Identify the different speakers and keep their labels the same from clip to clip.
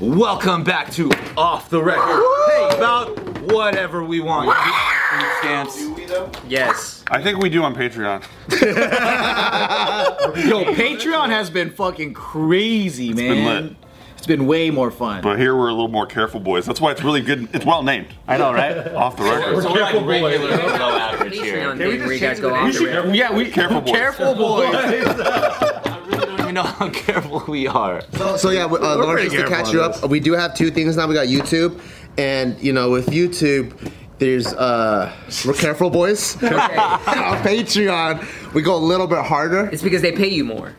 Speaker 1: Welcome back to Off the Record. Hey, about whatever we want. Yes.
Speaker 2: I think we do on Patreon.
Speaker 3: Yo, Patreon has been fucking crazy, man.
Speaker 2: been lit.
Speaker 3: It's been way more fun.
Speaker 2: But here we're a little more careful, boys. That's why it's really good. It's well named. I know, right? Off the record.
Speaker 1: So we're like regular below average
Speaker 4: Usually
Speaker 1: here.
Speaker 4: on days where you guys go off the rails.
Speaker 3: yeah, we
Speaker 2: Careful boys.
Speaker 3: Careful boys.
Speaker 1: I don't even know how careful we are.
Speaker 5: So yeah, uh, Lawrence, just to catch you up, we do have two things now. We got YouTube, and you know, with YouTube, there's uh, we're careful, boys. On Patreon, we go a little bit harder.
Speaker 4: It's because they pay you more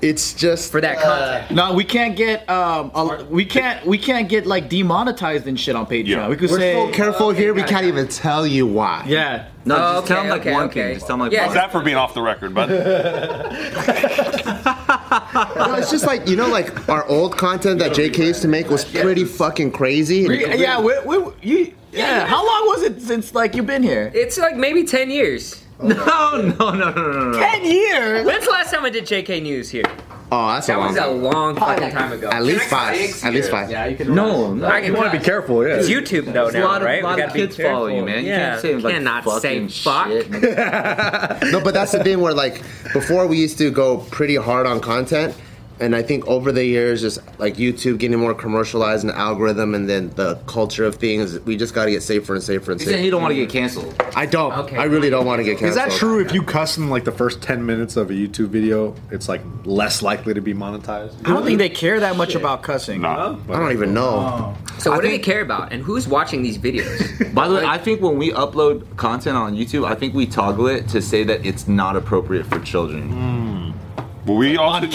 Speaker 5: It's just
Speaker 4: for that
Speaker 1: Uh,
Speaker 4: content.
Speaker 3: no, we can't get um, a, we can't we can't get like demonetized and shit on Patreon.
Speaker 2: Yeah.
Speaker 3: We could
Speaker 5: We're
Speaker 3: say
Speaker 5: so careful
Speaker 4: Okay,
Speaker 5: here. We
Speaker 4: got it,
Speaker 5: can't
Speaker 4: got
Speaker 5: even tell you why.
Speaker 3: yeah.
Speaker 1: No,
Speaker 4: Oh,
Speaker 1: just tell
Speaker 4: okay,
Speaker 1: him like
Speaker 4: okay,
Speaker 1: one
Speaker 4: okay.
Speaker 1: thing. Just tell him like
Speaker 4: Yeah,
Speaker 1: one
Speaker 2: That for being off the record, but
Speaker 5: No, it's just like you know, like our old content that JK used to make was pretty fucking crazy.
Speaker 3: Yeah, we, we, you, yeah. How long was it since like you've been here?
Speaker 4: It's like maybe 10 years.
Speaker 1: No, no, no, no, no, no.
Speaker 3: Ten years.
Speaker 4: When's the last time I did JK News here?
Speaker 5: Oh, that's a
Speaker 4: That
Speaker 5: long.
Speaker 4: was a long fucking time ago.
Speaker 5: At least five. At least five.
Speaker 1: you can. No, no.
Speaker 4: I can want to be careful, yeah. It's YouTube though
Speaker 1: a
Speaker 4: now,
Speaker 1: lot of,
Speaker 4: right?
Speaker 1: lot
Speaker 4: we
Speaker 1: of
Speaker 4: gotta be
Speaker 1: kids
Speaker 4: careful.
Speaker 1: follow you, man. You
Speaker 4: Yeah,
Speaker 1: can't say like
Speaker 4: cannot say
Speaker 1: fucking
Speaker 4: fuck.
Speaker 1: shit.
Speaker 5: No, but that's the thing where like before we used to go pretty hard on content, and I think over the years, just like YouTube getting more commercialized and algorithm, and then the culture of things, we just got to get safer and safer and
Speaker 1: You said
Speaker 5: safer.
Speaker 1: you don't want to get canceled.
Speaker 5: I don't.
Speaker 4: Okay.
Speaker 5: I really don't want to get
Speaker 6: Is
Speaker 5: canceled.
Speaker 6: that true? If you cuss in like the first ten minutes of a YouTube video, it's like less likely to be monetized.
Speaker 3: I don't think they care that much about cussing.
Speaker 2: nah.
Speaker 5: I don't even
Speaker 6: Oh.
Speaker 5: know.
Speaker 4: So what do they care about? And who's watching these videos?
Speaker 1: By the way, I think when we upload content on YouTube, I think we toggle it to say that it's not appropriate for children.
Speaker 2: But we also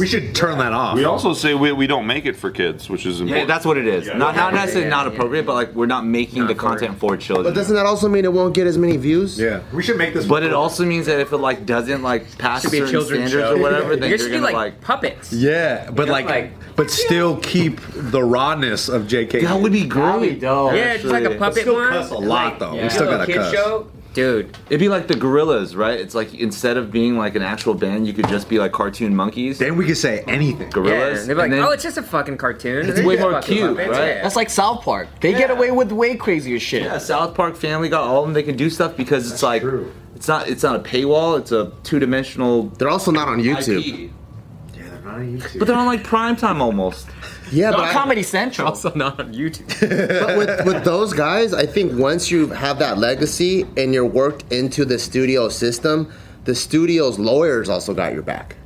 Speaker 6: We should turn that off.
Speaker 2: we also say we, we don't make it for kids, which is
Speaker 1: Yeah,
Speaker 2: important.
Speaker 1: that's what it is. Not not
Speaker 4: Yeah,
Speaker 1: necessarily
Speaker 4: yeah,
Speaker 1: not
Speaker 4: yeah.
Speaker 1: appropriate, but like we're not making the
Speaker 4: for-
Speaker 1: content for children.
Speaker 5: But doesn't that also mean it won't get as many views?
Speaker 6: yeah, we should make this.
Speaker 1: But it also means that if it like doesn't like pass
Speaker 4: Should be a
Speaker 1: certain
Speaker 4: children's
Speaker 1: standards
Speaker 4: show.
Speaker 1: or whatever, then
Speaker 4: You're
Speaker 1: you're
Speaker 4: just
Speaker 1: gonna
Speaker 4: be like,
Speaker 1: like,
Speaker 4: puppets.
Speaker 6: Yeah, but like,
Speaker 4: like-
Speaker 6: but still keep the rawness of JK.
Speaker 1: that would be great.
Speaker 4: Yeah, just like a puppet
Speaker 6: still
Speaker 4: one.
Speaker 6: cuss a lot,
Speaker 4: Like,
Speaker 6: though. We
Speaker 4: you
Speaker 6: still
Speaker 4: know,
Speaker 6: gotta
Speaker 4: kid
Speaker 6: cuss.
Speaker 4: Show? Dude,
Speaker 1: It'd be like the gorillas, right? It's like instead of being like an actual band, you could just be like cartoon monkeys,
Speaker 6: then we could say anything.
Speaker 4: yeah.
Speaker 1: gorillas.
Speaker 4: They'd be like,
Speaker 1: and then-
Speaker 4: oh, it's just a fucking cartoon. It's
Speaker 1: way more cute, right?
Speaker 3: That's like South Park. They get away with way crazier shit.
Speaker 1: yeah, South Park, Family Got all of them. They can do stuff because it's like it's not it's not a paywall. It's a two dimensional
Speaker 5: They're also not on YouTube.
Speaker 1: IP.
Speaker 6: Yeah, they're not on YouTube.
Speaker 1: But they're on like prime time almost.
Speaker 5: Yeah, but, I-
Speaker 3: Comedy Central.
Speaker 4: not on YouTube.
Speaker 5: but with, with those guys, I think once you have that legacy and you're worked into the studio system, the studio's lawyers also got your back.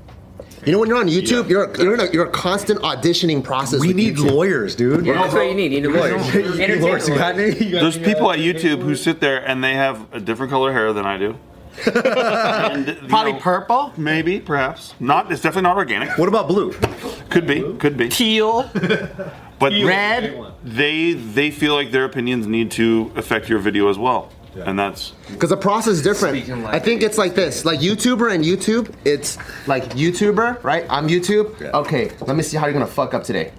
Speaker 5: You know, when you're on YouTube, you're you're in a, you're a constant auditioning process.
Speaker 6: we
Speaker 5: with
Speaker 6: need
Speaker 5: YouTube.
Speaker 6: lawyers, dude.
Speaker 4: Yeah, that's what you need. You need lawyers. Entertainment
Speaker 6: lawyers. You got
Speaker 4: lawyers.
Speaker 6: any? You got
Speaker 2: There's
Speaker 6: any,
Speaker 2: people
Speaker 6: uh,
Speaker 2: at YouTube who sit there and they have a different color hair than I do. And, you
Speaker 3: Probably
Speaker 2: know,
Speaker 3: purple,
Speaker 2: Maybe, perhaps. Not. It's definitely not organic.
Speaker 6: What about blue?
Speaker 2: Could be. Could be.
Speaker 3: teal,
Speaker 2: But
Speaker 3: red.
Speaker 2: they they feel like their opinions need to affect your video as well, and that's
Speaker 5: because the process is different.
Speaker 1: Speaking like
Speaker 5: I think it's like this: like YouTuber and YouTube, it's like YouTuber, right? I'm YouTube.
Speaker 6: Yeah.
Speaker 5: Okay, let me see how you're gonna fuck up today,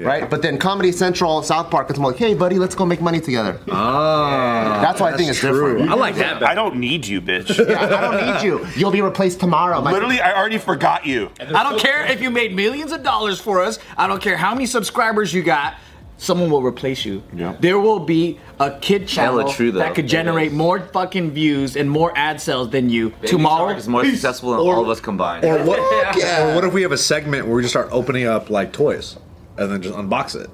Speaker 5: right? But then Comedy Central, South Park, it's more like, hey, buddy, let's go make money together.
Speaker 6: Ah,
Speaker 5: That's why I think it's different.
Speaker 6: I like that.
Speaker 2: I don't need you, bitch.
Speaker 5: Yeah, I don't need you. You'll be replaced tomorrow. My
Speaker 2: Literally, I already forgot you.
Speaker 3: I don't care if you made millions of dollars for us. I don't care how many subscribers you got. Someone will replace you.
Speaker 2: Yeah.
Speaker 3: There will be a kid channel
Speaker 1: true, though.
Speaker 3: that could
Speaker 1: It
Speaker 3: generate
Speaker 1: is.
Speaker 3: more fucking views and more ad sales than you tomorrow.
Speaker 1: is more successful than
Speaker 6: Or-
Speaker 1: all of us combined.
Speaker 6: Or what? Or what if we have a segment where we just start opening up like toys, and then just unbox it?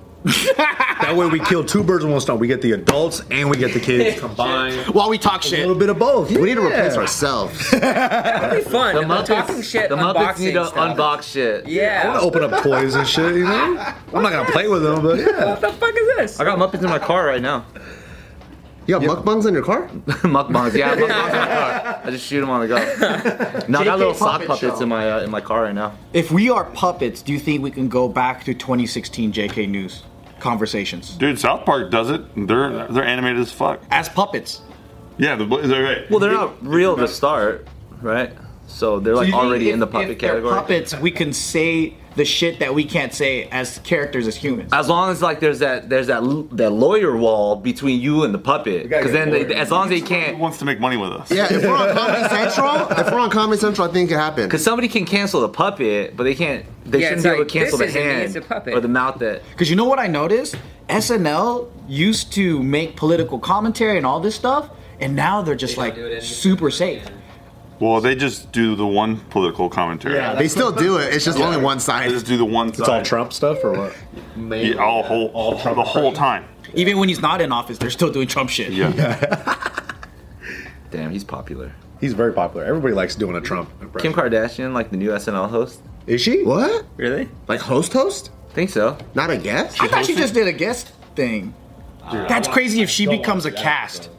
Speaker 6: that way we kill two birds with one stone. We get the adults and we get the kids combined.
Speaker 3: While we talk
Speaker 6: A
Speaker 3: shit.
Speaker 6: little bit of both.
Speaker 5: We need to replace
Speaker 6: Yeah.
Speaker 5: ourselves.
Speaker 4: That'd be fun.
Speaker 1: the
Speaker 4: The talking
Speaker 1: Muppets,
Speaker 4: shit,
Speaker 1: the Muppets need to
Speaker 4: unboxing stuff.
Speaker 1: unbox shit.
Speaker 6: I want
Speaker 4: Yeah.
Speaker 6: to open up toys and shit. You know, I'm not gonna play with them, but yeah.
Speaker 4: What the fuck is this?
Speaker 1: I got Muppets in my car right now.
Speaker 5: You have mukbangs in your car?
Speaker 1: Mukbangs, yeah, mukbangs in my car. I just shoot them on the go. No, I got little sock puppets in my uh, in my car right now.
Speaker 3: If we are puppets, do you think we can go back to 2016 JK News conversations
Speaker 2: Dude, South Park does it. They're they're animated as fuck.
Speaker 3: as puppets?
Speaker 2: Yeah, the boys are right.
Speaker 1: Well, they're not real to start, right? So they're like
Speaker 3: Do you think
Speaker 1: already
Speaker 3: if-
Speaker 1: in the
Speaker 3: if
Speaker 1: puppet
Speaker 3: they're
Speaker 1: category.
Speaker 3: Puppets, we can say the shit that we can't say as characters as humans.
Speaker 1: As long as like there's that there's that l- that lawyer wall between you and the puppet,
Speaker 6: gotta get
Speaker 1: because then they,
Speaker 6: lawyer.
Speaker 1: as long as they
Speaker 2: Who
Speaker 1: can't,
Speaker 2: wants to make money with us?
Speaker 5: Yeah, if we're on Comedy Central, if we're on Comedy Central, I think it happened.
Speaker 1: because somebody can cancel the puppet, but they can't. They
Speaker 4: Yeah, it's
Speaker 1: shouldn't be able
Speaker 4: like,
Speaker 1: to cancel the
Speaker 4: this isn't me, it's
Speaker 1: hand
Speaker 4: a puppet.
Speaker 1: or the mouth that.
Speaker 3: Because you know what I noticed? SNL used to make political commentary and all this stuff, and now they're just
Speaker 4: do it
Speaker 3: like
Speaker 4: anymore.
Speaker 3: super safe.
Speaker 2: Well, they just do the one political commentary.
Speaker 6: Yeah,
Speaker 5: They still do it. It's just only one
Speaker 2: They
Speaker 5: side.
Speaker 2: just do the one side.
Speaker 6: It's all Trump stuff or what?
Speaker 2: Yeah, all whole, the whole time.
Speaker 3: Even when he's not in office, they're still doing Trump shit.
Speaker 2: Yeah.
Speaker 1: Damn, he's popular.
Speaker 6: He's very popular. Everybody likes doing a Trump
Speaker 1: Kim
Speaker 6: impression.
Speaker 1: Kardashian, like the new SNL host,
Speaker 6: Is she?
Speaker 5: What?
Speaker 4: Really?
Speaker 5: Like host host?
Speaker 1: think so.
Speaker 5: Not a guest?
Speaker 3: I thought she just did a guest thing. That's crazy if she becomes a cast.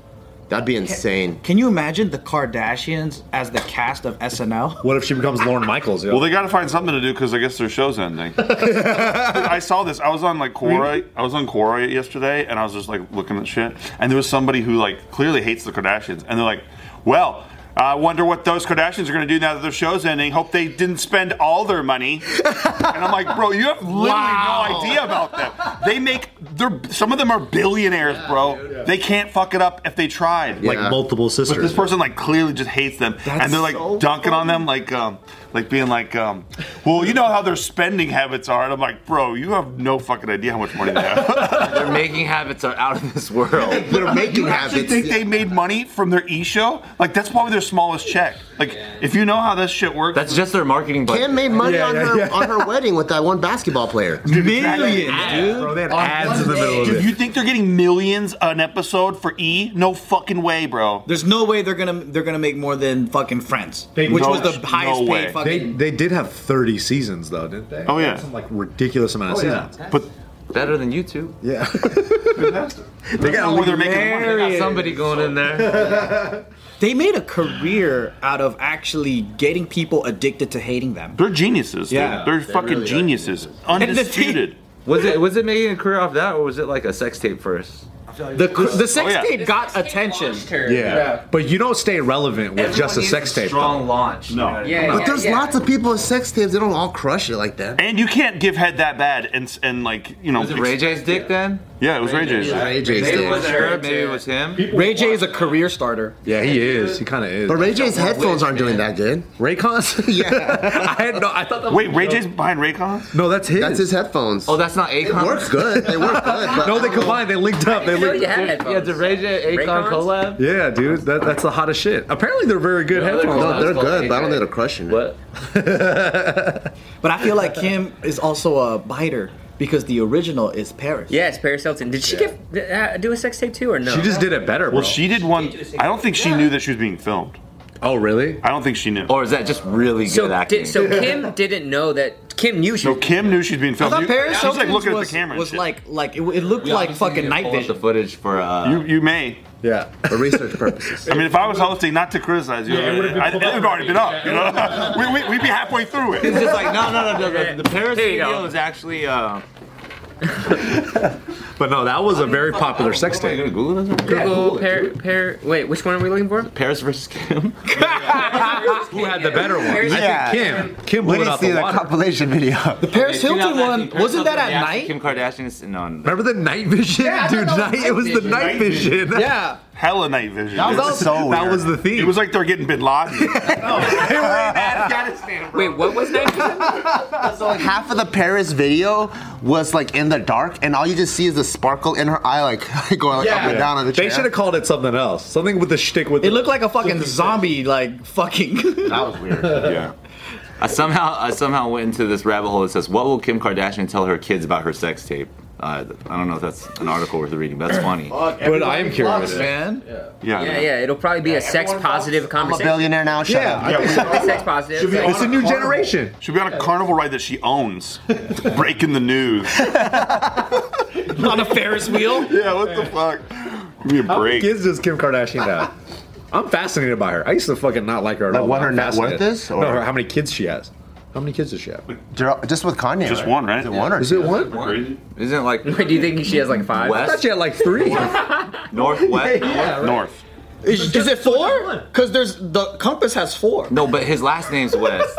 Speaker 5: That'd be insane.
Speaker 3: Can you imagine the Kardashians as the cast of SNL?
Speaker 6: What if she becomes Lauren Michaels?
Speaker 2: Well, they got to find something to do because I guess their show's ending. I saw this. I was on like Quora. I was on Quora yesterday, and I was just like looking at shit. And there was somebody who like clearly hates the Kardashians, and they're like, "Well, I wonder what those Kardashians are going to do now that their show's ending. Hope they didn't spend all their money." and I'm like, "Bro, you have literally no idea about them. They make they're some of them are billionaires, bro. They can't fuck it up if they tried.
Speaker 6: like
Speaker 2: Like,
Speaker 5: Yeah.
Speaker 6: multiple
Speaker 2: but this
Speaker 6: sisters.
Speaker 2: person like clearly just hates them, and they're like dunking on them, like um, like being like, um, well, you know how their spending habits are, and I'm like, bro, you have no fucking idea how much money they have.
Speaker 1: Their making habits are out of this world.
Speaker 5: They're making
Speaker 2: you actually think
Speaker 5: habits.
Speaker 2: they made money from their e show? Like that's probably their smallest check. Like if you know how this shit works,
Speaker 1: That's just their marketing budget.
Speaker 5: Kim made money
Speaker 6: Yeah,
Speaker 5: on
Speaker 6: yeah,
Speaker 5: her
Speaker 6: yeah.
Speaker 5: on her wedding with that one basketball player.
Speaker 3: Millions, dude.
Speaker 6: Bro, they had ads in the middle of
Speaker 2: Dude,
Speaker 6: it.
Speaker 2: you think they're getting millions an episode for E? No fucking way, bro.
Speaker 3: There's no way they're gonna they're gonna make more than fucking Friends,
Speaker 6: They-
Speaker 3: which
Speaker 6: No-
Speaker 3: was the
Speaker 2: no
Speaker 3: highest
Speaker 2: way.
Speaker 3: paid
Speaker 6: They
Speaker 3: fucking.
Speaker 6: they did have 30 seasons though, didn't they?
Speaker 2: Oh,
Speaker 6: They
Speaker 2: yeah.
Speaker 6: had Some like ridiculous amount of seasons.
Speaker 2: But
Speaker 1: Better than you two.
Speaker 6: Yeah.
Speaker 2: they got where they're making money.
Speaker 1: They got somebody going in there.
Speaker 3: They, made a career out of actually getting people addicted to hating them.
Speaker 2: They're geniuses. dude.
Speaker 3: Yeah.
Speaker 2: they're fucking geniuses. Undisputed.
Speaker 1: Was it was it making a career off that, or was it like a sex tape first?
Speaker 3: The the sex
Speaker 2: Oh, yeah.
Speaker 3: tape got attention.
Speaker 6: yeah. But you don't stay relevant with just a sex tape.
Speaker 1: Strong launch.
Speaker 2: No.
Speaker 1: You know?
Speaker 4: Yeah,
Speaker 5: But
Speaker 4: yeah,
Speaker 5: there's
Speaker 4: yeah.
Speaker 5: lots of people with sex tapes. They don't all crush it like that.
Speaker 2: And you can't give head that bad and s- and like you know.
Speaker 1: Was it
Speaker 2: ex-
Speaker 1: Ray J's dick then?
Speaker 2: Yeah, it was Ray J's.
Speaker 5: Ray J's
Speaker 1: Maybe it
Speaker 5: did.
Speaker 1: was her. Maybe it was him.
Speaker 3: Ray J is a career starter.
Speaker 6: Yeah, he is. He kind of is.
Speaker 5: But Ray J's headphones aren't doing that good.
Speaker 6: Raycons?
Speaker 5: Yeah.
Speaker 6: I had no. I thought that. Was,
Speaker 2: Wait, Ray J's behind Raycons?
Speaker 6: no, that's his.
Speaker 5: That's his headphones.
Speaker 1: Oh, that's not Akon.
Speaker 5: works good. They work good. But
Speaker 6: No, they combined. They linked up. They
Speaker 4: You know
Speaker 6: linked.
Speaker 4: you had
Speaker 1: Yeah,
Speaker 4: headphones.
Speaker 1: the Ray J Akon
Speaker 4: Raycons?
Speaker 1: collab.
Speaker 6: Yeah, dude, that, that's the hottest shit. Apparently, they're very good
Speaker 1: they're
Speaker 6: headphones.
Speaker 1: cool.
Speaker 5: No, they're
Speaker 1: That's
Speaker 5: good,
Speaker 1: called
Speaker 5: but I don't
Speaker 1: AJ.
Speaker 5: think they're crushing it.
Speaker 1: What?
Speaker 3: But I feel like Kim is also a biter because the original is Paris.
Speaker 4: Yes, Paris Hilton. Did she give uh, do a sex tape too or no?
Speaker 6: She just did it better, bro.
Speaker 2: Well, she did one. I don't think she knew that she was being filmed.
Speaker 6: oh, really?
Speaker 2: I don't think she knew.
Speaker 1: Or is that just really good
Speaker 4: So,
Speaker 1: acting?
Speaker 4: did, so Kim didn't know that Kim knew she.
Speaker 2: No, Kim knew she'd being
Speaker 3: I
Speaker 2: filmed.
Speaker 3: thought
Speaker 2: You-
Speaker 3: Paris
Speaker 2: She's like
Speaker 3: Hilton
Speaker 2: looking
Speaker 3: was,
Speaker 2: at the camera. and
Speaker 3: was
Speaker 2: shit.
Speaker 3: like like it, it looked like fucking night
Speaker 1: The
Speaker 3: vision.
Speaker 1: footage for uh,
Speaker 2: you, you may.
Speaker 6: Yeah.
Speaker 5: For research purposes.
Speaker 2: I mean, if I was hosting, not to criticize you, I,
Speaker 7: would've been
Speaker 2: I-
Speaker 7: pulled
Speaker 2: it
Speaker 7: up
Speaker 2: would already been up. You know, we, we, we'd be halfway through
Speaker 1: It's
Speaker 2: it.
Speaker 1: just like no, no, no, no. The, the Paris
Speaker 4: There you
Speaker 1: video
Speaker 4: go.
Speaker 1: is actually. Uh,
Speaker 6: But no, that was a very popular sex
Speaker 1: what am I
Speaker 6: tape.
Speaker 1: gonna Google this?
Speaker 4: Google pair pair. Wait, which one are we looking for?
Speaker 1: Paris versus Kim.
Speaker 6: Who had the better one?
Speaker 4: Paris-
Speaker 6: I think Kim. Kim blew it out the water.
Speaker 5: compilation video.
Speaker 3: the Paris Hilton one wasn't that at night?
Speaker 1: Kim Kardashian. No, no.
Speaker 6: Remember the night vision, dude? Night, it was the night
Speaker 2: Night vision.
Speaker 6: vision.
Speaker 3: Yeah.
Speaker 2: Hella night vision.
Speaker 3: That was
Speaker 2: It
Speaker 3: also-
Speaker 2: so
Speaker 6: that
Speaker 2: weird.
Speaker 6: was the theme.
Speaker 2: It was like they're getting Bin Laden.
Speaker 4: Wait, what was that?
Speaker 5: Half of the Paris video was like in the dark, and all you just see is the sparkle in her eye, like going like, up and down on the
Speaker 6: They
Speaker 5: chair.
Speaker 6: should have called it something else. Something with the shtick with
Speaker 3: It
Speaker 6: the-
Speaker 3: looked like a fucking zombie, like fucking.
Speaker 5: That was weird.
Speaker 2: yeah.
Speaker 1: I somehow I somehow went into this rabbit hole that says, "What will Kim Kardashian tell her kids about her sex tape?" Uh, I don't know if that's an article worth reading, but that's funny.
Speaker 6: But I am curious.
Speaker 3: man. Yeah.
Speaker 2: Yeah.
Speaker 4: Yeah, yeah. It'll probably be a sex positive
Speaker 5: I'm a
Speaker 4: conversation.
Speaker 5: billionaire now. Shut
Speaker 6: Yeah,
Speaker 5: up.
Speaker 6: I-
Speaker 4: Sex positive.
Speaker 6: it's a new generation.
Speaker 2: She'd be on a carnival ride that she owns, breaking the news.
Speaker 3: On a Ferris wheel.
Speaker 2: Yeah, what the fuck? Give me a
Speaker 6: How many
Speaker 2: break.
Speaker 6: kids does Kim Kardashian have? I'm fascinated by her. I used to fucking not like her at
Speaker 5: Like
Speaker 6: all.
Speaker 5: what her
Speaker 6: I'm
Speaker 5: net worth
Speaker 6: fascinated.
Speaker 5: is,
Speaker 6: No,
Speaker 5: or-
Speaker 6: her- how many kids she has. How many kids does she have?
Speaker 5: Just with Kanye.
Speaker 2: Just one, right?
Speaker 5: Is it one or
Speaker 6: Is it
Speaker 5: two?
Speaker 6: one?
Speaker 2: Crazy.
Speaker 1: Isn't it like
Speaker 4: Do you think she has like five?
Speaker 6: I thought
Speaker 1: west,
Speaker 6: she had like three.
Speaker 1: northwest?
Speaker 2: North.
Speaker 3: Is, is it four? Because there's the compass has four.
Speaker 1: No, but his last name's West.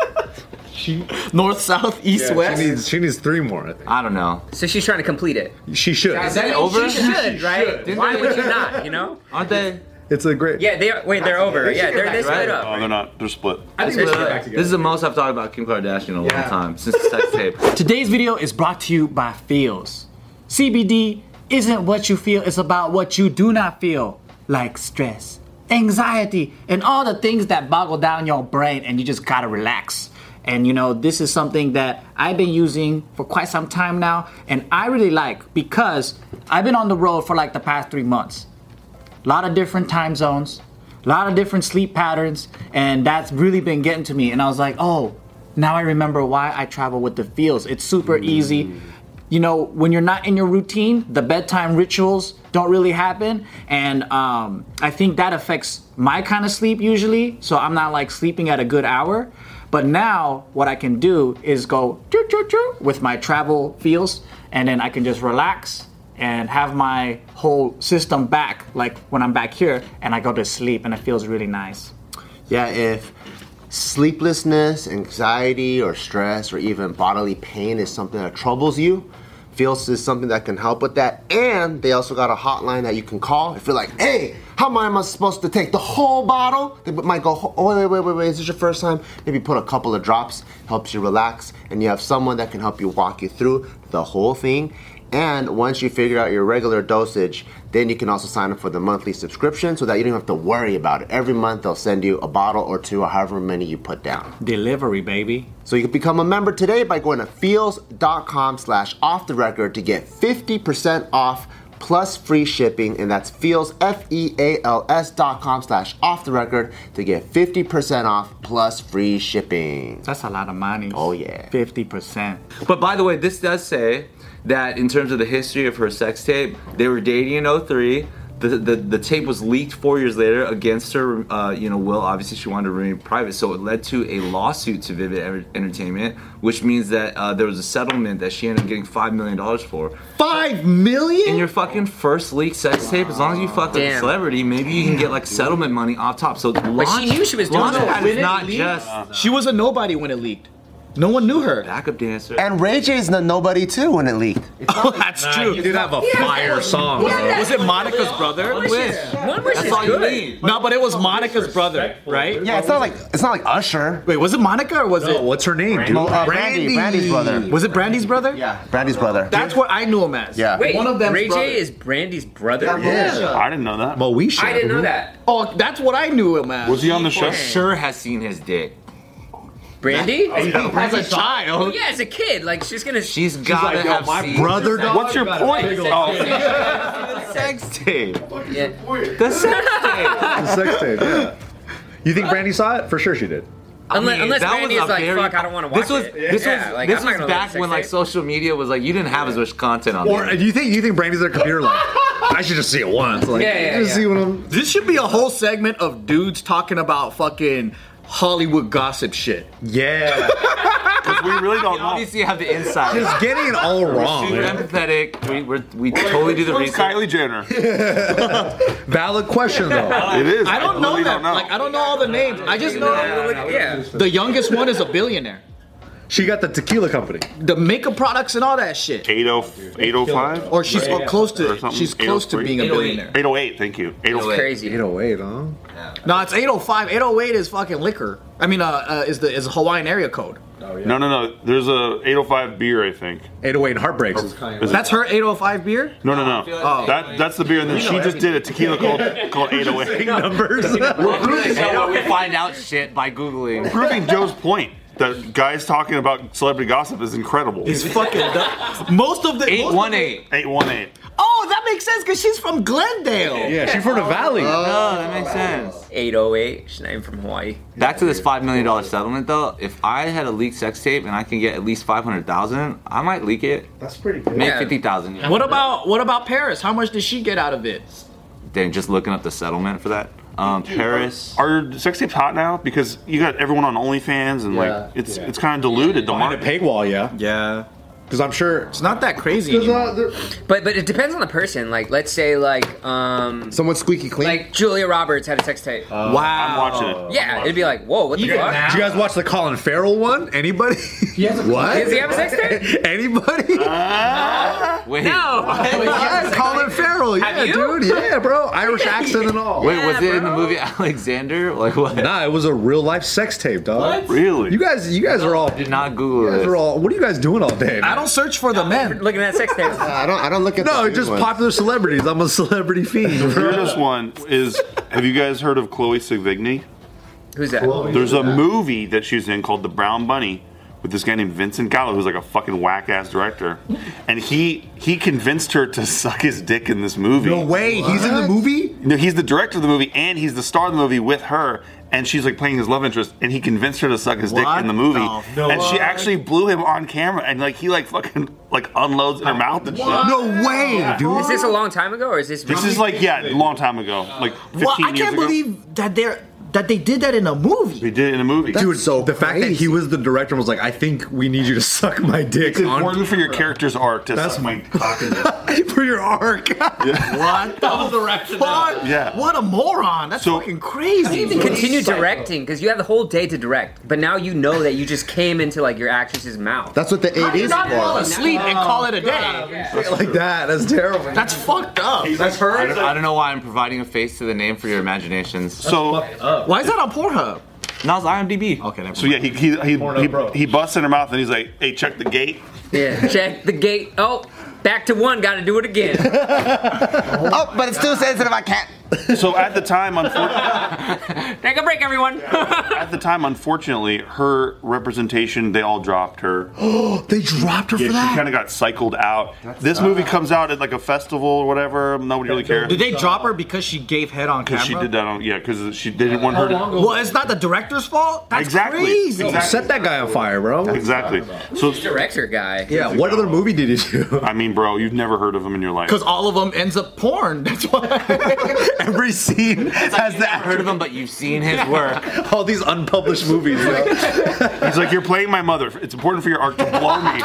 Speaker 6: she
Speaker 3: North, south, east,
Speaker 6: she
Speaker 3: west.
Speaker 6: needs she needs three more. I think
Speaker 1: I don't know.
Speaker 4: So she's trying to complete it.
Speaker 6: she should.
Speaker 4: Is
Speaker 1: that over?
Speaker 4: She should, right?
Speaker 1: Didn't
Speaker 4: Why
Speaker 1: they-
Speaker 4: would you not? You know?
Speaker 1: Aren't they?
Speaker 6: It's a great.
Speaker 4: Yeah, they are. Wait, they're over. Yeah, they're they
Speaker 1: right?
Speaker 4: split up.
Speaker 2: Oh, they're not. They're split.
Speaker 7: I think they
Speaker 1: This
Speaker 7: should
Speaker 1: is-
Speaker 7: get back together.
Speaker 1: this is the most I've thought about Kim Kardashian in a long
Speaker 7: Yeah.
Speaker 1: time since the sex tape.
Speaker 7: Today's video is brought to you by Feels. CBD isn't what you feel, it's about what you do not feel, like stress, anxiety, and all the things that boggle down your brain, and you just gotta relax. And you know, this is something that I've been using for quite some time now, and I really like because I've been on the road for like the past three months a lot of different time zones, a lot of different sleep patterns, and that's really been getting to me. And I was like, oh, now I remember why I travel with the feels. It's super easy. You know, when you're not in your routine, the bedtime rituals don't really happen, and um, I think that affects my kind of sleep usually. So I'm not like sleeping at a good hour. But now what I can do is go choo choo choo with my travel feels, and then I can just relax and have my whole system back, like when I'm back here, and I go to sleep, and it feels really nice.
Speaker 5: Yeah, if sleeplessness, anxiety, or stress, or even bodily pain is something that troubles you, Feels is something that can help with that. And they also got a hotline that you can call if you're like, hey, how much am I supposed to take? The whole bottle? They might go, oh, wait, wait, wait, wait, is this your first time? Maybe put a couple of drops, helps you relax, and you have someone that can help you walk you through the whole thing. And once you figure out your regular dosage, then you can also sign up for the monthly subscription so that you don't have to worry about it. Every month they'll send you a bottle or two or however many you put down.
Speaker 7: Delivery, baby.
Speaker 5: So you can become a member today by going to feels.com slash off the record to get 50% off plus free shipping. And that's feels, E F-E-A-L-S dot com slash off the record to get 50% off plus free shipping.
Speaker 7: That's a lot of money.
Speaker 5: Oh, yeah.
Speaker 7: 50%.
Speaker 1: But by the way, this does say that in terms of the history of her sex tape, they were dating in 03. The, the, the tape was leaked four years later against her, uh, you know, will. Obviously, she wanted to remain private, so it led to a lawsuit to Vivid Ever- Entertainment, which means that uh, there was a settlement that she ended up getting $5 million for.
Speaker 5: Five million?
Speaker 1: In your fucking first leaked sex tape, as long as you fuck like a
Speaker 4: Damn.
Speaker 1: celebrity, maybe you can get like settlement money off top. So launch,
Speaker 4: knew she was doing
Speaker 1: launch
Speaker 4: that.
Speaker 1: pad
Speaker 3: When
Speaker 1: is
Speaker 3: it
Speaker 1: not
Speaker 3: leaked-
Speaker 1: just
Speaker 3: She was a nobody when it leaked. No one knew her.
Speaker 1: backup dancer.
Speaker 5: and Ray J's the nobody too when it leaked.
Speaker 3: Oh, that's
Speaker 6: You did have a fire song. though.
Speaker 3: Was it Monica's brother?
Speaker 5: Oh,
Speaker 1: One wish.
Speaker 4: One wish
Speaker 1: That's
Speaker 4: is
Speaker 1: all you
Speaker 4: good.
Speaker 1: need.
Speaker 3: No, but it was Monica's brother, right?
Speaker 5: Yeah, it's not like it's not like Usher.
Speaker 3: Wait, was it Monica or was
Speaker 6: No,
Speaker 3: it?
Speaker 6: Oh, what's her name, dude?
Speaker 5: Mo- uh, Brandy, Brandy's brother.
Speaker 7: Was it Brandy's brother?
Speaker 5: Yeah, Brandy's brother.
Speaker 3: That's what I knew him as.
Speaker 5: Yeah.
Speaker 4: Wait,
Speaker 3: one of them.
Speaker 4: Ray J is Brandy's brother.
Speaker 2: I didn't know that.
Speaker 6: Moesha.
Speaker 4: I didn't know that.
Speaker 3: Oh, that's what I knew him as.
Speaker 2: Was he on the show?
Speaker 1: Sure has seen his dick.
Speaker 4: Brandy?
Speaker 3: as a child?
Speaker 4: Yeah, as a kid, like she's gonna.
Speaker 1: She's gotta
Speaker 6: "Yo,
Speaker 1: have
Speaker 6: my
Speaker 1: seen
Speaker 6: brother dog.
Speaker 2: What's your point? Oh,
Speaker 1: the sex tape.
Speaker 4: Yeah.
Speaker 1: The sex tape.
Speaker 6: The sex tape. Yeah. You think Brandy saw it? For sure she did.
Speaker 4: Unless,
Speaker 1: I mean,
Speaker 4: unless
Speaker 1: that
Speaker 4: Brandy
Speaker 1: was
Speaker 4: is
Speaker 1: a
Speaker 4: like,
Speaker 1: very-
Speaker 4: fuck, I don't want to watch
Speaker 1: This was
Speaker 4: it.
Speaker 1: this
Speaker 4: Yeah,
Speaker 1: was
Speaker 4: like,
Speaker 1: this
Speaker 4: I'm not
Speaker 1: was
Speaker 4: gonna let
Speaker 1: back
Speaker 4: sex
Speaker 1: when like
Speaker 4: tape.
Speaker 1: social media was like you didn't have as much content on.
Speaker 6: Or
Speaker 1: there.
Speaker 6: do you think you think Brandy's at her computer like? I should just see it once. Like,
Speaker 4: Yeah, yeah,
Speaker 6: just
Speaker 4: yeah.
Speaker 6: see what I'm.
Speaker 3: This should be a whole segment of dudes talking about fucking Hollywood gossip shit.
Speaker 6: Yeah.
Speaker 2: because we really don't know.
Speaker 1: obviously you have the inside.
Speaker 6: Just getting it all wrong.
Speaker 1: Super
Speaker 6: man.
Speaker 1: empathetic. We we're, we totally do the
Speaker 2: Who's
Speaker 1: research.
Speaker 2: Kylie Jenner.
Speaker 6: Valid question though.
Speaker 2: It is.
Speaker 3: I don't know
Speaker 2: really
Speaker 3: them. Like I don't know all the names. I just know
Speaker 4: Yeah.
Speaker 3: the youngest one is a billionaire.
Speaker 6: She got the tequila company.
Speaker 3: The makeup products and all that shit.
Speaker 2: 805? 805?
Speaker 3: Or oh she's close to
Speaker 2: Or something.
Speaker 3: she's close to being a
Speaker 4: 808.
Speaker 3: billionaire.
Speaker 2: 808, thank you. 805.
Speaker 4: Crazy.
Speaker 6: 808, huh?
Speaker 3: No, it's 805. 808 is fucking liquor. I mean, uh, uh is the is Hawaiian area code.
Speaker 2: No, no, no. There's a 805 beer, I think.
Speaker 6: 808 and heartbreaks.
Speaker 3: That's her 805 beer.
Speaker 2: No, no, no.
Speaker 1: Oh.
Speaker 2: That that's the beer, and then she just did a tequila called called 808.
Speaker 6: numbers.
Speaker 1: we find out shit by googling.
Speaker 2: Proving Joe's point that guys talking about celebrity gossip is incredible.
Speaker 3: It's fucking du- most of the
Speaker 1: Eight
Speaker 3: most
Speaker 1: one
Speaker 3: of
Speaker 1: eight.
Speaker 2: 818.
Speaker 3: the- Oh, that makes sense because she's from Glendale.
Speaker 6: yeah, she's from the valley.
Speaker 3: Uh,
Speaker 1: Oh, that makes sense.
Speaker 4: 808. She's not even from Hawaii.
Speaker 1: Back to this five million dollar settlement though. If I had a leaked sex tape and I can get at least five hundred thousand, I might leak it.
Speaker 7: That's pretty good.
Speaker 1: Make
Speaker 4: Yeah.
Speaker 1: fifty thousand.
Speaker 3: What about what about Paris? How much did she get out of it?
Speaker 1: Then just looking up the settlement for that. Um, Paris.
Speaker 2: Are sex tapes hot now? Because you got everyone on OnlyFans and
Speaker 7: Yeah.
Speaker 2: like it's it's kind of diluted. The
Speaker 6: Behind a
Speaker 2: market.
Speaker 6: peg wall, yeah.
Speaker 3: Yeah.
Speaker 6: Because I'm sure
Speaker 3: It's not that crazy.
Speaker 8: There's
Speaker 3: anymore.
Speaker 8: not, there,
Speaker 4: But but it depends on the person. Like let's say like um
Speaker 5: Someone squeaky clean.
Speaker 4: like Julia Roberts had a sex tape.
Speaker 3: wow.
Speaker 2: I'm watching it.
Speaker 4: yeah, it'd be like whoa, what the
Speaker 6: Did
Speaker 4: fuck?
Speaker 6: you guys watch the Colin Farrell one? Anybody?
Speaker 7: He has a
Speaker 4: Does he
Speaker 5: what?
Speaker 4: have a sex tape?
Speaker 6: Anybody?
Speaker 1: Wait,
Speaker 6: Yeah, Colin Farrell. Yeah,
Speaker 4: you?
Speaker 6: dude. Yeah, bro. Irish accent and all.
Speaker 1: wait, was
Speaker 4: Yeah,
Speaker 1: it in the
Speaker 4: bro.
Speaker 1: movie Alexander? Like what?
Speaker 6: Nah, it was a real life sex tape, dog.
Speaker 2: Really?
Speaker 6: You guys, you guys are all.
Speaker 1: I did
Speaker 6: You
Speaker 1: not Google
Speaker 6: guys
Speaker 1: it.
Speaker 6: are all. What are you guys doing all day?
Speaker 3: I don't search for the men.
Speaker 4: Looking at sex tapes.
Speaker 5: I don't. I don't look at.
Speaker 6: No,
Speaker 5: the
Speaker 6: just
Speaker 5: ones.
Speaker 6: popular celebrities. I'm a celebrity fiend.
Speaker 2: The weirdest one is have you guys heard of Chloe Sevigny?
Speaker 4: Who's that?
Speaker 2: There's a movie that she's in called The Brown Bunny with this guy named Vincent Gallo, who's like a fucking whack ass director, and he he convinced her to suck his dick in this movie.
Speaker 6: No way. He's in the movie.
Speaker 2: No, he's the director of the movie and he's the star of the movie with her, and she's like playing his love interest, and he convinced her to suck his dick
Speaker 3: What
Speaker 2: in the movie,
Speaker 3: the
Speaker 2: and she actually blew him on camera, and like he like fucking like unloads in her mouth and shit.
Speaker 6: No way, dude.
Speaker 4: Is this a long time ago or is this?
Speaker 2: This is like yeah, a long time ago, like 15
Speaker 3: Well, I
Speaker 2: years
Speaker 3: can't
Speaker 2: ago.
Speaker 3: believe that they're that they did that in a movie.
Speaker 2: we did it in a movie.
Speaker 6: Dude,
Speaker 5: so
Speaker 6: the fact that he
Speaker 5: crazy.
Speaker 6: was the director and was like, I think we need you to suck my dick
Speaker 2: It's
Speaker 6: on
Speaker 2: important for your character's arc to
Speaker 6: That's
Speaker 2: suck
Speaker 6: my for your arc.
Speaker 3: What the fuck?
Speaker 2: Yeah.
Speaker 3: What a moron. That's
Speaker 2: So-
Speaker 3: fucking crazy.
Speaker 4: even continue directing because you have the whole day to direct, but now you know that you just came into like your actress's mouth.
Speaker 5: That's what the '80s
Speaker 3: not fall
Speaker 5: was.
Speaker 3: asleep and call it a day.
Speaker 6: like that. That's terrible.
Speaker 3: That's fucked up. That's
Speaker 1: I
Speaker 3: her.
Speaker 1: don't, I don't know why I'm providing a face to the name for your imaginations.
Speaker 2: So,
Speaker 3: Why is that on Pornhub?
Speaker 1: Now it's IMDb.
Speaker 3: Okay, never
Speaker 2: so yeah, he he he,
Speaker 6: up, bro.
Speaker 2: he, he busts in her mouth and he's like, "Hey, check the gate."
Speaker 4: yeah. Check the gate. Oh, back to one. Got to do it again.
Speaker 5: Oh, but it's too sensitive. I can't.
Speaker 2: So at the time, unfortunately,
Speaker 4: Take a break, everyone.
Speaker 2: at the time, unfortunately, her representation they all dropped her.
Speaker 6: They dropped her
Speaker 2: Yeah,
Speaker 6: for
Speaker 2: she kind
Speaker 6: that.
Speaker 2: of got cycled out. this movie comes out at like a festival or whatever. Nobody really cares
Speaker 3: Did they drop her because she gave head on camera?
Speaker 2: because she did that on yeah because she they didn't want her to.
Speaker 3: Well, it's not the director's fault. That's
Speaker 2: Exactly.
Speaker 3: crazy.
Speaker 2: Exactly.
Speaker 6: Set that guy on fire, bro.
Speaker 2: Exactly. So
Speaker 4: Director guy.
Speaker 6: Yeah. What other movie did he do?
Speaker 2: I mean, bro, you've never heard of him in your life.
Speaker 3: Because all of them ends up porn. That's why.
Speaker 6: Every scene has
Speaker 1: I've
Speaker 6: that.
Speaker 1: heard of him, but you've seen his work.
Speaker 6: All these unpublished movies. You know?
Speaker 2: He's like, you're playing my mother. It's important for your arc to blow me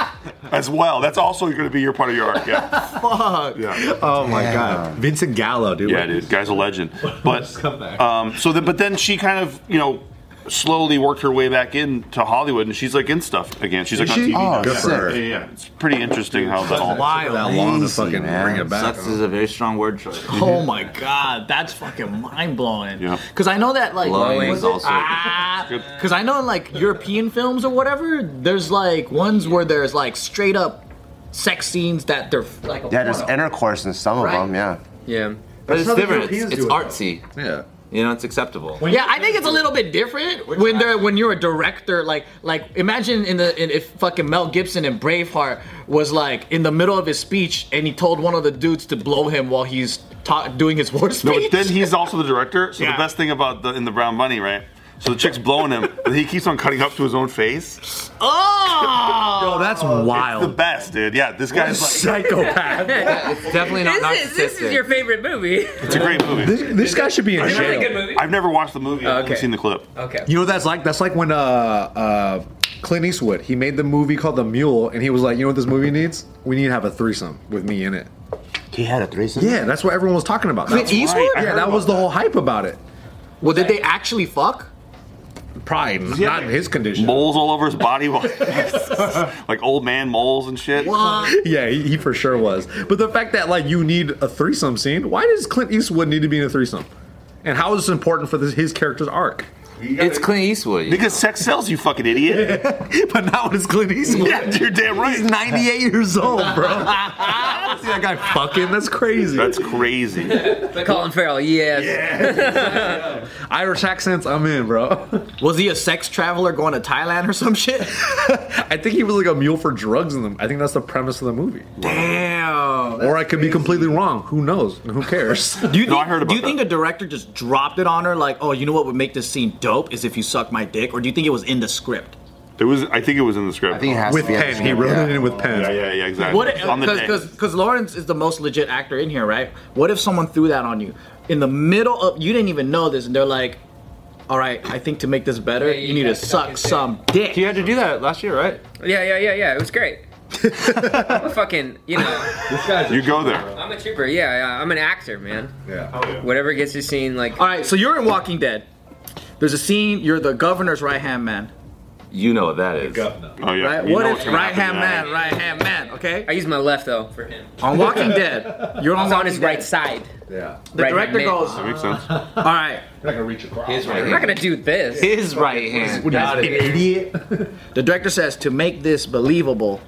Speaker 2: as well. That's also going to be your part of your arc. Yeah.
Speaker 3: Fuck.
Speaker 2: Yeah.
Speaker 6: Oh my god, Vincent Gallo, dude.
Speaker 2: Yeah, dude, guy's a legend. But um, so then, but then she kind of, you know, slowly worked her way back into Hollywood, and she's like in stuff again. She's like on TV. now.
Speaker 6: Oh, Good for
Speaker 5: sick.
Speaker 6: her.
Speaker 2: yeah, yeah, it's pretty interesting how
Speaker 3: Oh,
Speaker 2: that all.
Speaker 6: Took that long to
Speaker 5: Crazy,
Speaker 6: fucking
Speaker 5: man.
Speaker 6: bring it back.
Speaker 1: Sucks is a very strong word choice.
Speaker 3: Oh my god, that's fucking mind blowing.
Speaker 2: Yeah.
Speaker 3: Because I know that like
Speaker 1: Blowing
Speaker 3: was
Speaker 1: is
Speaker 3: it-
Speaker 1: also-
Speaker 3: ah,
Speaker 2: Good.
Speaker 3: Because I know in like European films or whatever, there's like ones where there's like straight up sex scenes that they're like. a
Speaker 5: Yeah, there's
Speaker 3: porno.
Speaker 5: intercourse in some
Speaker 3: Right.
Speaker 5: of them. Yeah.
Speaker 4: Yeah.
Speaker 1: But it's
Speaker 6: how the
Speaker 1: different. It's,
Speaker 6: Europeans
Speaker 1: it's
Speaker 6: do it.
Speaker 1: artsy.
Speaker 6: Yeah.
Speaker 1: You know, it's acceptable.
Speaker 3: Yeah, I think it's a little bit different when they're when you're a director. Like like imagine in the in, if fucking Mel Gibson in Braveheart was like in the middle of his speech and he told one of the dudes to blow him while he's ta- doing his war speech.
Speaker 2: No, but then he's also the director. So
Speaker 3: Yeah.
Speaker 2: the best thing about the in the Brown Bunny, right? So the chick's blowing him, but he keeps on cutting up to his own face.
Speaker 3: oh,
Speaker 6: Oh, that's
Speaker 2: The
Speaker 6: wild.
Speaker 2: best, dude. Yeah, this guy's like.
Speaker 6: Psychopath.
Speaker 1: It's definitely not
Speaker 4: This
Speaker 1: narcissistic.
Speaker 4: is, this is your favorite movie.
Speaker 2: It's a great movie.
Speaker 6: this, this guy should be in
Speaker 4: It's a really good
Speaker 6: jail.
Speaker 4: movie.
Speaker 2: I've never watched the movie. I've only
Speaker 4: Okay.
Speaker 2: seen the clip.
Speaker 4: Okay.
Speaker 6: You know what that's like? That's like when uh uh Clint Eastwood, he made the movie called The Mule, and he was like, you know what this movie needs? We need to have a threesome with me in it.
Speaker 5: He had a threesome.
Speaker 6: Yeah, that's what everyone was talking about.
Speaker 3: Clint
Speaker 6: That's why-
Speaker 3: Eastwood?
Speaker 6: Yeah, that was the whole hype about it.
Speaker 3: well, did they actually fuck?
Speaker 6: Probably not in his condition.
Speaker 2: Moles all over his body, like old man moles and shit.
Speaker 6: Yeah, he, he for sure was. But the fact that like you need a threesome scene, why does Clint Eastwood need to be in a threesome? And how is this important for this, his character's arc?
Speaker 1: it's Clint Eastwood. you
Speaker 2: Because sex sells, you fucking idiot.
Speaker 6: but now it's Clint Eastwood.
Speaker 2: yeah, you're damn right.
Speaker 6: He's 98 years old, bro. See that guy fucking? That's crazy.
Speaker 2: That's crazy.
Speaker 4: Colin Farrell. Yes.
Speaker 6: Irish accents, I'm in, bro.
Speaker 3: Was he a sex traveler going to Thailand or some shit?
Speaker 6: I think he was like a mule for drugs in them. I think that's the premise of the movie.
Speaker 3: Damn.
Speaker 6: or I could be completely wrong. Who knows? Who cares?
Speaker 3: Do you think,
Speaker 2: No, I heard
Speaker 3: do you
Speaker 2: about
Speaker 3: think
Speaker 2: that.
Speaker 3: a director just dropped it on her like, oh, you know what would make this scene dope is if you suck my dick? Or do you think it was in the script?
Speaker 2: It was. I think it was in the script.
Speaker 5: I think it has
Speaker 6: with
Speaker 5: to be on
Speaker 6: pen,
Speaker 5: the
Speaker 6: he
Speaker 5: script,
Speaker 6: wrote
Speaker 5: yeah.
Speaker 6: it in with pen.
Speaker 2: yeah, yeah, yeah, exactly.
Speaker 3: What?
Speaker 2: on the day.
Speaker 3: Because Lawrence is the most legit actor in here, right? What if someone threw that on you in the middle of you didn't even know this, and they're like, all right, I think to make this better,
Speaker 4: you
Speaker 3: you need to
Speaker 4: have to suck
Speaker 3: suck
Speaker 4: his dick."
Speaker 3: some dick.
Speaker 1: had to do that last year, right?
Speaker 4: Yeah, yeah, yeah, yeah. It was great. I'm a fucking, you know,
Speaker 8: This guy's a
Speaker 2: You go there.
Speaker 4: I'm a trooper. Yeah, yeah, I'm an actor, man.
Speaker 6: Yeah.
Speaker 4: Whatever gets you seen, like,
Speaker 3: All right, so you're in Walking Dead. There's a scene. You're the governor's right hand man.
Speaker 1: You know what that is.
Speaker 8: governor.
Speaker 2: Oh yeah.
Speaker 3: Right?
Speaker 2: You
Speaker 3: what
Speaker 2: know
Speaker 3: if
Speaker 2: what's gonna
Speaker 3: right hand man,
Speaker 2: happen
Speaker 3: right hand man? Okay.
Speaker 4: I use my left though for him.
Speaker 3: On Walking Dead, you're
Speaker 4: I
Speaker 3: on,
Speaker 4: was on his
Speaker 3: Walking Dead.
Speaker 4: right side.
Speaker 6: Yeah.
Speaker 3: The
Speaker 4: right
Speaker 3: director
Speaker 4: mid.
Speaker 3: goes,
Speaker 2: to happen. That makes sense.
Speaker 3: "All right."
Speaker 6: You're not gonna reach across.
Speaker 1: His
Speaker 4: I'm
Speaker 1: right
Speaker 4: not
Speaker 1: hand.
Speaker 4: gonna do this.
Speaker 1: His right hand.
Speaker 8: Got it.
Speaker 6: Idiot.
Speaker 3: The director says to make this believable,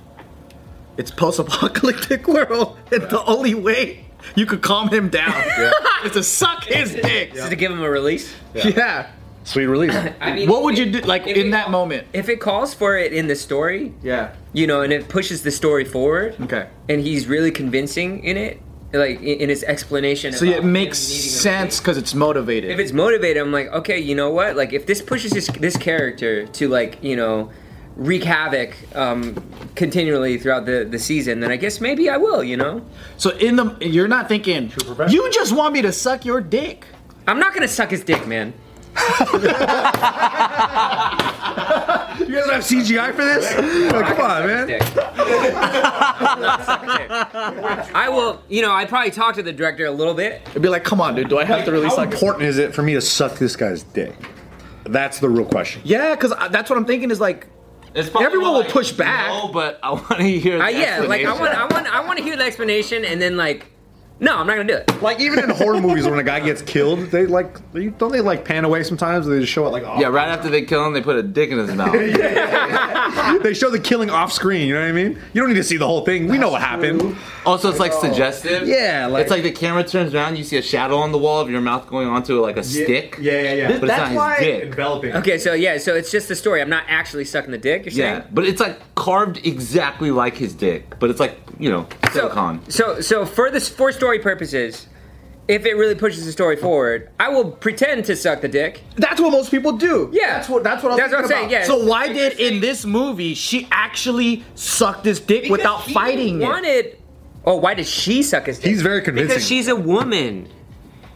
Speaker 3: it's post-apocalyptic world, and the only way you could calm him down is to suck his dick.
Speaker 4: Just to give him a release.
Speaker 3: Yeah.
Speaker 6: Sweet release.
Speaker 4: I mean,
Speaker 3: What would you do, like
Speaker 4: if
Speaker 3: in
Speaker 4: it-
Speaker 3: that moment?
Speaker 4: If it calls for it in the story,
Speaker 3: Yeah.
Speaker 4: you know, and it pushes the story forward,
Speaker 3: Okay.
Speaker 4: and he's really convincing in it, like in, in his explanation.
Speaker 3: So yeah, it
Speaker 4: about him
Speaker 3: makes
Speaker 4: needing a
Speaker 3: sense
Speaker 4: release.
Speaker 3: because it's motivated.
Speaker 4: If it's motivated, I'm like, okay, you know what? Like, if this pushes this, this character to like, you know, wreak havoc um, continually throughout the the season, then I guess maybe I will. You know,
Speaker 3: so in the, you're not thinking. You just want me to suck your dick.
Speaker 4: I'm not gonna suck his dick, man.
Speaker 6: You guys have CGI for this? Like, come on, man.
Speaker 4: Dick. I will, you know, I probably talked to the director a little bit.
Speaker 3: It'd be like, come on, dude. Do I have to really
Speaker 6: How
Speaker 3: suck? his-"
Speaker 6: important is it for me to suck this guy's dick? That's the real question.
Speaker 3: Yeah, because that's what I'm thinking is like,
Speaker 1: It's probably
Speaker 3: Everyone will
Speaker 1: like,
Speaker 3: push back.
Speaker 1: No, but I want to hear.
Speaker 4: Uh,
Speaker 1: the
Speaker 4: yeah, like I
Speaker 1: explanation.
Speaker 4: want, I want, I want to hear the explanation, and then like, no, I'm not gonna do it.
Speaker 6: Like even in horror movies, when a guy gets killed, they like they- don't they like pan away sometimes? They just show it like off.
Speaker 1: Yeah, right after they kill him, they put a dick in his mouth.
Speaker 6: They show the killing off screen. You know what I mean? You don't need to see the whole thing. We know what happened.
Speaker 1: Also, it's like suggestive.
Speaker 6: Yeah, like-
Speaker 1: it's like the camera turns around, you see a shadow on the wall of your mouth going onto like a stick.
Speaker 6: yeah, yeah.
Speaker 1: but it's not his dick.
Speaker 6: Enveloping.
Speaker 4: Okay, so yeah, so it's just the story. I'm not actually sucking the dick. You're saying?
Speaker 1: Yeah, but it's like carved exactly like his dick, but it's like you know
Speaker 4: So,
Speaker 1: silicon.
Speaker 4: so, so for this for story purposes, if it really pushes the story forward, I will pretend to suck the dick.
Speaker 3: that's what most people do.
Speaker 4: Yeah.
Speaker 3: that's what that's what I'm
Speaker 4: That's what
Speaker 3: thinking
Speaker 4: I'm saying,
Speaker 3: about.
Speaker 4: yeah.
Speaker 3: So why did in this movie she actually sucked his dick without
Speaker 4: Because he
Speaker 3: fighting it?
Speaker 4: wanted. Oh, why did she suck his dick?
Speaker 6: He's very convincing.
Speaker 4: Because she's a woman.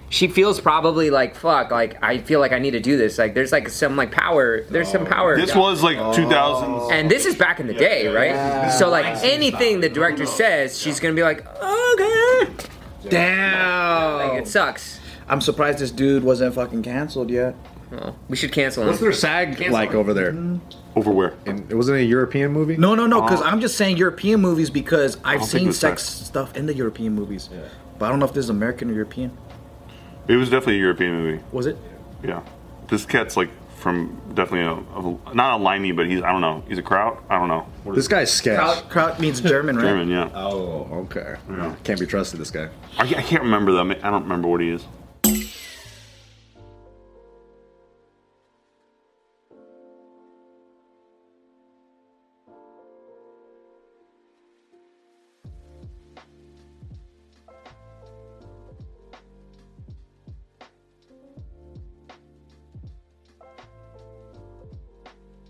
Speaker 4: She feels probably like fuck. Like I feel like I need to do this. Like there's like some like power. There's
Speaker 6: Oh.
Speaker 4: some power.
Speaker 2: This was like
Speaker 3: Oh.
Speaker 2: 2000s.
Speaker 4: And this is back in the day, right? So like anything the director says, she's gonna be like, okay,
Speaker 3: Damn.
Speaker 4: like, it sucks.
Speaker 3: I'm surprised this dude wasn't fucking canceled yet.
Speaker 4: We should cancel
Speaker 6: What's
Speaker 4: him.
Speaker 6: their SAG like over there?
Speaker 2: Over where?
Speaker 6: And it wasn't a European movie.
Speaker 3: No, no, no. Because I'm just saying European movies because I've
Speaker 2: Oh. don't think it
Speaker 3: seen
Speaker 2: was
Speaker 3: sex stuff in the European movies, but I don't know if this is American or European.
Speaker 2: It was definitely a European movie.
Speaker 3: Was it?
Speaker 2: Yeah. This cat's like from definitely a, a not a liney, but he's I don't know. He's a kraut. I don't know.
Speaker 6: This guy's sketch.
Speaker 3: Kraut, Kraut means German, right?
Speaker 2: German. Yeah.
Speaker 6: Oh, okay.
Speaker 2: Yeah.
Speaker 6: Can't be trusted. This guy.
Speaker 2: I, I can't remember them. I don't remember what he is.